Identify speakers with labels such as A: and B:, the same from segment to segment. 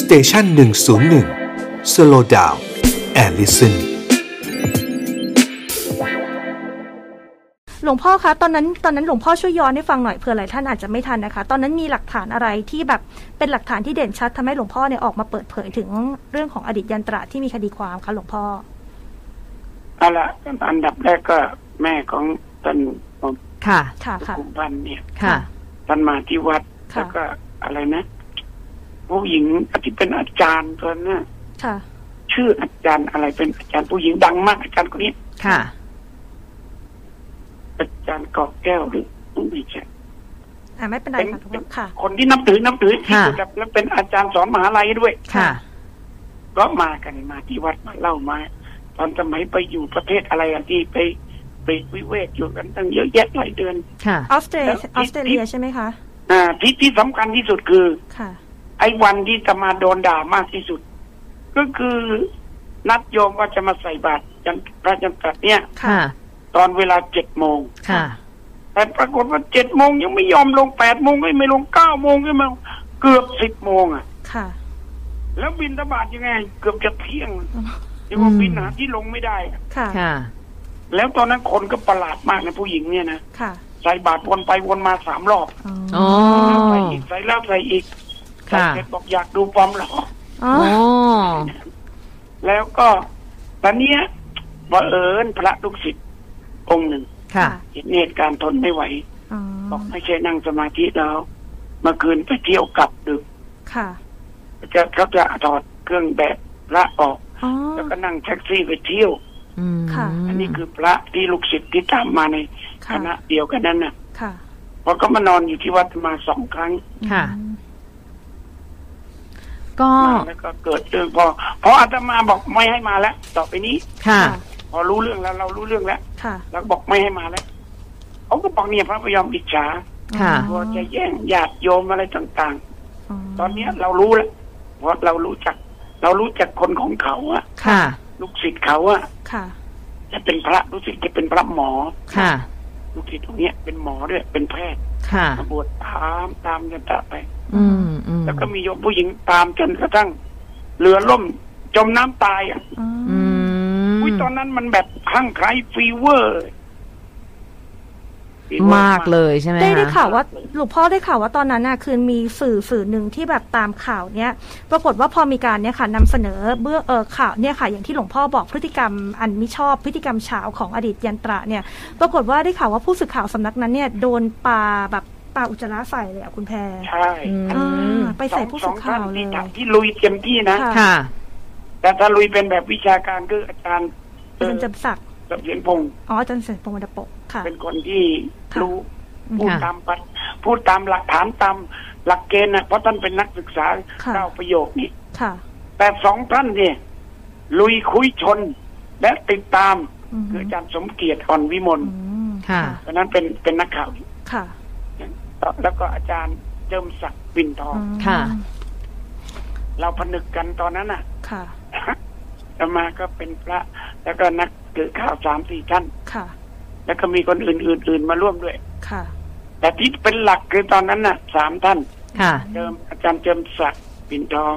A: สเตชันหนึ่งศูนย์หนึ่งสโลดาวแอลลิสัน
B: หลวงพ่อคะตอนนั้นตอนนั้นหลวงพ่อช่วยย้อนให้ฟังหน่อยเผื่อหลายท่านอาจจะไม่ทันนะคะ ตอนนั้นมีหลักฐานอะไรที่แบบเป็นหลักฐานที่เด่นชัดทำให้หลวงพ่อเนี่ยออกมาเปิดเผยถึงเรื่องของอดีตยันตระที่มีคดีความคะหลวงพ่อ
C: เอาละอันดับแรกก็แม่ของท่านหลวง
D: ค่ะ
B: ค่ะค่ะ
C: ปู่พันธ์เนี่ย
D: ค่ะ
C: ท่านมาที่วัด
B: ค่ะ
C: แล้วก็อะไรนะ ผู้หญิงที่เป็นอาจารย์ตัวนั้นน่ะ
B: ค่ะ
C: ชื่ออาจารย์อะไรเป็นอาจารย์ผู้หญิงดังมากอาจารย์คนนี้
D: ค่ะ
C: อาจารย์กอกแก้วหรือไม่ใช่
B: อ่าไม่เป็นไรค่ะหลวงพ่อค่ะ
C: คนที่นับถือนับถือที่
D: ค่ะ
C: สุดแล้วแล้วเป็นอาจารย์สอนมหาลัยด้วย
D: ค่ะ
C: ก็มากันมาที่วัดมาเล่ามา ตอนสมัยไปอยู่ประเทศอะไรอันที่ไปไปวิเวกอยู่กันตั้งเยอะแยะหลายเดือน
D: ค่ะ
B: ออสเตรเลีย
C: แล้ว
B: ออสเตรเลียใช่ไหมคะ
C: อ่าที่ที่สำคัญที่สุดคือ
B: ค่ะ
C: ไอ้วันที่จะมาโดนด่ามากที่สุด ก็คือนัดโยมว่าจะมาใส่บาตรยันพระจันทร์เนี่ย
D: ค่ะ
C: ตอนเวลาเจ็ดโมง
D: ค่ะ
C: แต่ปรากฏว่าเจ็ดโมงยังไม่ยอมลงแปดโมงก็ไม่ลงเก้าโมงก็ไมาเกือบสิบโมงอ่ะ
B: ค่ะ
C: แล้วบินตบาทยังไง เกือบจะเที่ยง
B: อืม
C: ยังว่าบินหาที่ลงไม่ได้อะ
B: ค่ะ
D: ค่ะ
C: แล้วตอนนั้นคนก็ประหลาดมากนะผู้หญิงเนี่ยนะ
B: ค่ะ
C: ใส่บาทวนไปวนมาสามรอบ
D: อ๋อ
C: ใส่อีกใส่แล้วใส่อีกใส่
D: ค่ะ
C: เสร็จบอกอยากดูความหล่อ
B: อ๋อ
D: โอ้
C: แล้วก็ตอนเนี้ยบังเอิญพระลูกศิษย์องค์หนึ่ง
D: ค่ะ
C: เห็นเหตุการณ์ทนไม่ไหว
B: อ๋อ
C: บอกไม่ใช่นั่งสมาธิแล้วเมื่อคืนไปเที่ยวกลับดึก
B: ค่ะ
C: จะเขาจะถอดเครื่องแบบพระออก
B: อ๋อ
C: แล้วก็นั่งแท็กซี่ไปเที่ยว
D: อืม
B: ค่ะ
C: อันนี้คือพระที่ลูกศิษย์ที่ตามมาในค
B: ค่ะ
C: ณะเดียวกันนั้นน่ะ
B: ค่ะ
C: เพราะก็มานอนอยู่ที่วัดมาสองครั้ง
D: ค่ะ
B: อืม
D: ก็
C: มาแล้วก็เกิดเรื่องพอพออาตมาบอกไม่ให้มาแล้ว ต่อไปนี้
D: ค่ะ
C: พอรู้เรื่องแล้วเรารู้เรื่องแล้ว
B: ค่ะ
C: แล้วก็บอกไม่ให้มาแล้วเขาก็บอกเนี่ยพระพยอมอิจฉา
D: ค่ะ
C: กลัวจะแย่งญาติโยมอะไรต่าง ๆ ตอนเนี้ย
B: ม
C: เรารู้แล้วเพราะเรารู้จัก เรารู้จักคนของเขาอะ
D: ค่ะ
C: ลูกศิษย์เขาอะ
B: ค่ะ
C: จะเป็นพระรู้สึกจะเป็นพระหมอ
D: ค่ะ
C: ลูกศิษย์ตรงเนี้ยเป็นหมอด้วยเป็นแพทย์
D: ค่ะ
C: มาบวชตามตามกันต่อไป
D: อืมอืม
C: แล้วก็มีโยมผู้หญิงตามจนกระทั่งเรือล่มจมน้ำตายอ่ะ
B: อืม
D: อืม
C: อุ้ยตอนนั้นมันแบบคลั่งไคล้ฟีเวอร์ฟีวอร์
D: มากเลยใช่ไหม
B: ได้ได้
D: คะ
B: ข่าวว่าหลวงพ่อได้ข่าวว่าตอนนั้นน่ะคือมีสื่อสื่อหนึ่งที่แบบตามข่าวเนี้ยปรากฏว่าพอมีการเนี่ยค่ะนำเสนอเบื้องเออข่าวเนี่ยค่ะ อย่างที่หลวงพ่อบอกพฤติกรรมอันมิชอบพฤติกรรมเฉาของอดีตยันตระเนี่ย ปรากฏว่าได้ข่าวว่าผู้สื่อข่าวสำนักนั้นเนี่ยโดนปลาแบบปลาอุจจาระใส่เลยอ่ะคุณแพร
C: ใช่
D: อืม
B: อ่าไป
C: สอ
B: ใส่
C: ง
B: ผู้
C: สอ
B: สื่
C: ง
B: อ
C: ท่า
B: ข่าน วเล
C: ที่
B: ย
C: ทำที่ลุยเต็มที่นะ
B: ค่ะ
D: ค่ะ
C: แต่ถ้าลุยเป็นแบบวิชาการคืออาจารย์
B: อาจารย์จำศักดิ์
C: เสถียรพงศ์
B: อ๋ออาจารย์เสถียรพงศ์วรรณปกค่ะ
C: เป็นคนที่
B: ค่ะ
C: รู้
B: อืม
C: พูด
D: ค่ะ
C: ตามปัดพูดตามหลักฐานตามหลักเกณฑ์นะเพราะท่านเป็นนักศึกษา
B: ค่ะ
C: เก้าประโยคนี้
B: ค่ะ
C: แต่สองท่านเนี่ย ลุยคุยชน และติดตาม
B: อืม
C: คืออาจารย์สมเกียรติอ่อนวิมล
B: อืม
D: ค่ะ
C: ตอนนั้นเป็นเป็นนักข่าว
B: ค่ะ
C: แล้วก็อาจารย์เจิมศักดิ์ปิ่นทอง
B: อืม
D: ค่ะ
C: เราผนึกกันตอนนั้นน่ะ
B: ค่ะ
C: ต่อมาก็เป็นพระ แล้วก็นักถือข่าวสามสี่ท่าน
B: ค่ะ
C: แล้วก็มีคนอื่นอื่นอื่นมาร่วมด้วย
B: ค่ะ
C: แต่ที่เป็นหลักคือตอนนั้นน่ะสามท่าน
D: ค่ะ
C: เดิมอาจารย์เจิมศักดิ์ปิ่นทอง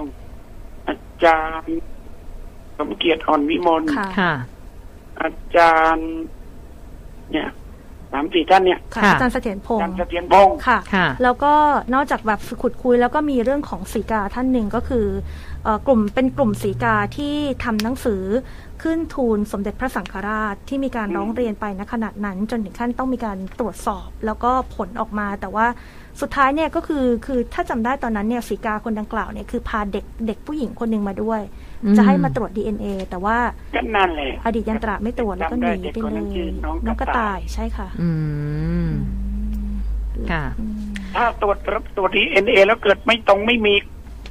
C: อาจารย์สมเกียรติอ่อนวิมล
B: ค่ะ
D: ค่ะ
C: อาจารย์ เนี่ยสามสี่ท่านเนี่ย
B: ค่ะ
D: ค่ะ
B: อาจารย์เสถียรพง
C: อา
B: ศ์
C: จารย์เสถียรพงศ์
B: ค่ะ
D: ค่ะ
B: แล้วก็นอกจากแบบขุดคุยแล้วก็มีเรื่องของสีกาท่านหนึ่งก็คือเอ่อกลุ่มเป็นกลุ่มสีกาที่ทำหนังสือขึ้นทูลสมเด็จพระสังฆราชที่มีการร้องเรียนไปณขณะนั้น จนถึงขั้นต้องมีการตรวจสอบแล้วก็ผลออกมา แต่ว่าสุดท้ายเนี่ยก็คือคือถ้าจำได้ตอนนั้นเนี่ยสีกาคนดังกล่าวเนี่ยคือพาเด็กเด็กผู้หญิงคนหนึ่งมาด้วย
D: อืม
B: จะให้มาตรวจ DNA แต่ว่า
C: ก็นั่นแหละ
B: อดีตยันตระไม่ตรวจแล้วก็หนีไป
C: จำได้เด็กคน
B: เล
C: นั้นชื่
B: ย
C: อน้องกระต่าย
B: น้องกระต่ายใช่ค่ะ
D: อืม ค่ะ
B: อืม
C: ถ้าตรวจรับตรวจดีเอ็นเอแล้วเกิดไม่ตรงไม่มี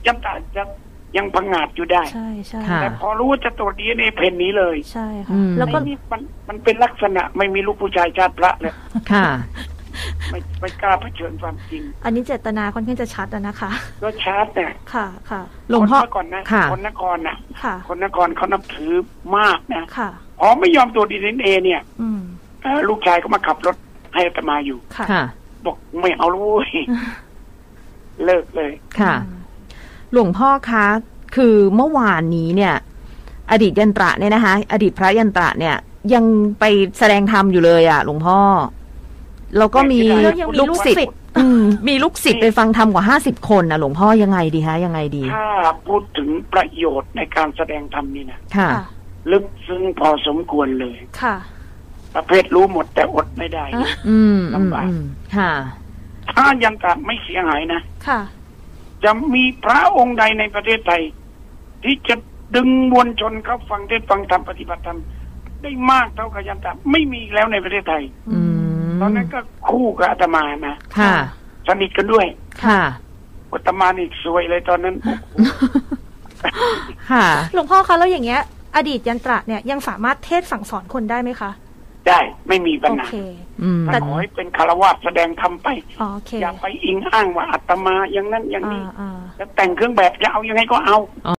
C: ยังตาจะยังพังงาดอยู่ได้
B: ใช่ใช่
D: ค่ะ
C: แต่พอรู้ว่าจะตรวจดีเอ็นเอเพนนี้เลย
B: ใช่
D: อื
B: ค่ะ
D: ม
B: แล้วก็
C: ไอ้นี่มันมันเป็นลักษณะไม่มีลูกผู้ชายชาติพระเลย
D: ค่ะ
C: ไม่ไม่กล้าเผชิญความจริง
B: อันนี้เจตนาค่อนข้างจะชัดอะนะคะ
C: ก็ชาร์จเนี่ย
B: ค่ะค่ะ
D: หลวงพ่อ
C: คนเมื่ก่อนนะ
D: ค่ะ
C: คนนครนะ
B: ค่ะ
C: คนนครเขานับถือมากนะ
B: ค่ะ
C: อ๋อไม่ยอมตรวจดีเอ็นเอเนี่ย
B: อืม
C: เอ่อลูกชายก็มาขับรถให้อาตมาอยู่
B: ค่ะ
D: ค่ะ
C: บอกไม่เอาแลูกเลิกเลย
D: ค่ะ
B: อืม
D: หลวงพ่อคะ คือเมื่อวานนี้เนี่ย อดีตยันตระเนี่ยนะคะ อดีตพระยันตระเนี่ย ยังไปแสดงธรรมอยู่เลยอ่ะ หลวงพ่อ แล้วก็มี
B: แล้วยังมี
D: ลูกศิษ
B: ลูกศิษย์
D: ย์อืมมีลูกศิษย์ไปฟังธรรมกว่าห้าสิบคนนะหลวงพ่อยังไงดีฮะยังไงดี
C: ถ้าพูดถึงประโยชน์ในการแสดงธรรมนี่นะ
D: ค่ะ
B: ค่ะ
C: ลึกซึ้งพอสมควรเลย
B: ค่ะ
C: ประเภทรู้หมดแต่อดไม่ได้
B: อ่ะ
D: อืมอืม
C: ลำบาก
D: อืมค่ะ
C: ถ้ายันตะไม่เสียหายนะ
B: ค่ะ
C: จะมีพระองค์ใดในประเทศไทย ที่จะดึงมวลชนเข้าฟังเทศน์ฟังธรรมปฏิบัติธรรมได้มากเท่ากับยันตะไม่มีอีกแล้วในประเทศไทย
D: อืม
C: ตอนนั้นก็คู่กับอาตมานะ
D: ค่ะ
C: สนิทกันด้วย
D: ค่ะ
C: อาตมานี่สวยเลยตอนนั้น
D: ค่ะ
B: หลวงพ่อคะแล้วอย่างเงี้ย อดีตยันตระเนี่ยยังสามารถเทศน์สั่งสอนคนได้ไหมคะ
C: ได้ไม่มีปัญ
B: โอ
C: หา
B: เค
D: อืม
B: แต่
C: ขอให้เป็นคารวะแสดงธรรมไป
B: อ๋อโอเค
C: อย่าไปอิงอ้างว่าอาตมาอย่างนั้นอย่าง
B: อ่า
C: นี้
B: อ่า
C: แล้วแต่งเครื่องแบบจะเอายังไงก็เอา